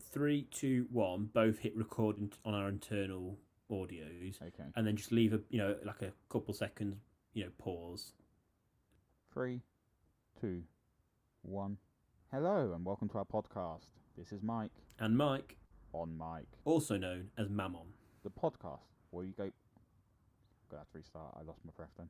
three, two, one, both hit record in- on our internal audios, Okay. and then just leave a you know like a couple seconds you know pause. Three, two, one. Hello and welcome to our podcast. This is Mike And Mike, on Mike, also known as Mammon, the podcast where you go. Gonna have to restart. I lost my breath then.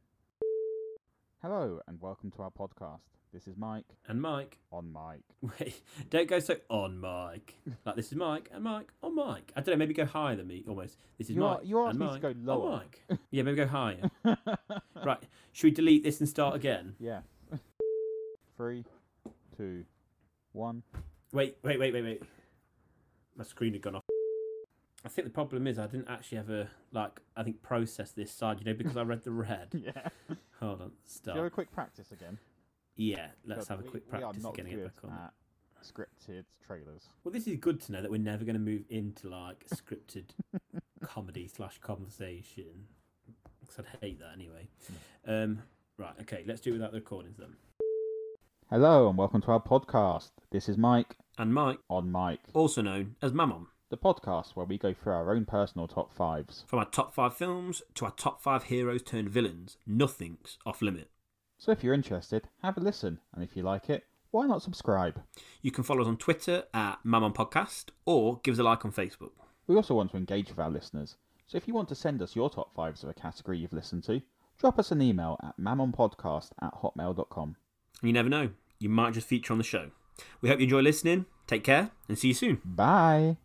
Hello and welcome to our podcast. This is Mike and Mike, on Mike. wait, don't go so on Mike. Like this is Mike and Mike on Mike. I don't know, maybe go higher than me almost. This is You are- Mike. you asked and me to Mike go on lower. Mike. Yeah, maybe go higher. right, should we delete this and start again? yeah. Three, two, one. Wait, wait, wait, wait, wait. My screen had gone off. I think the problem is I didn't actually ever like I think process this side, you know, because I read the red. Yeah. Hold on, Do you have a start. quick practice again? Yeah, let's God, have a we- quick we are practice of not getting good it back on. at Scripted trailers. Well, this is good to know that we're never going to move into like scripted comedy slash conversation because I'd hate that anyway. Um, right, okay, let's do it without the recordings then. Hello and welcome to our podcast. This is Mike And Mike, on Mike, also known as Mammon, the podcast where we go through our own personal top fives. from our top five films to our top five heroes turned villains, nothing's off limit. So if you're interested, have a listen, and if you like it, why not subscribe? You can follow us on Twitter at Mammon Podcast or give us a like on Facebook. We also want to engage with our listeners, so if you want to send us your top fives of a category you've listened to, drop us an email at mammonpodcast at hotmail.com. And you never know, you might just feature on the show. We hope you enjoy listening. Take care and see you soon. Bye!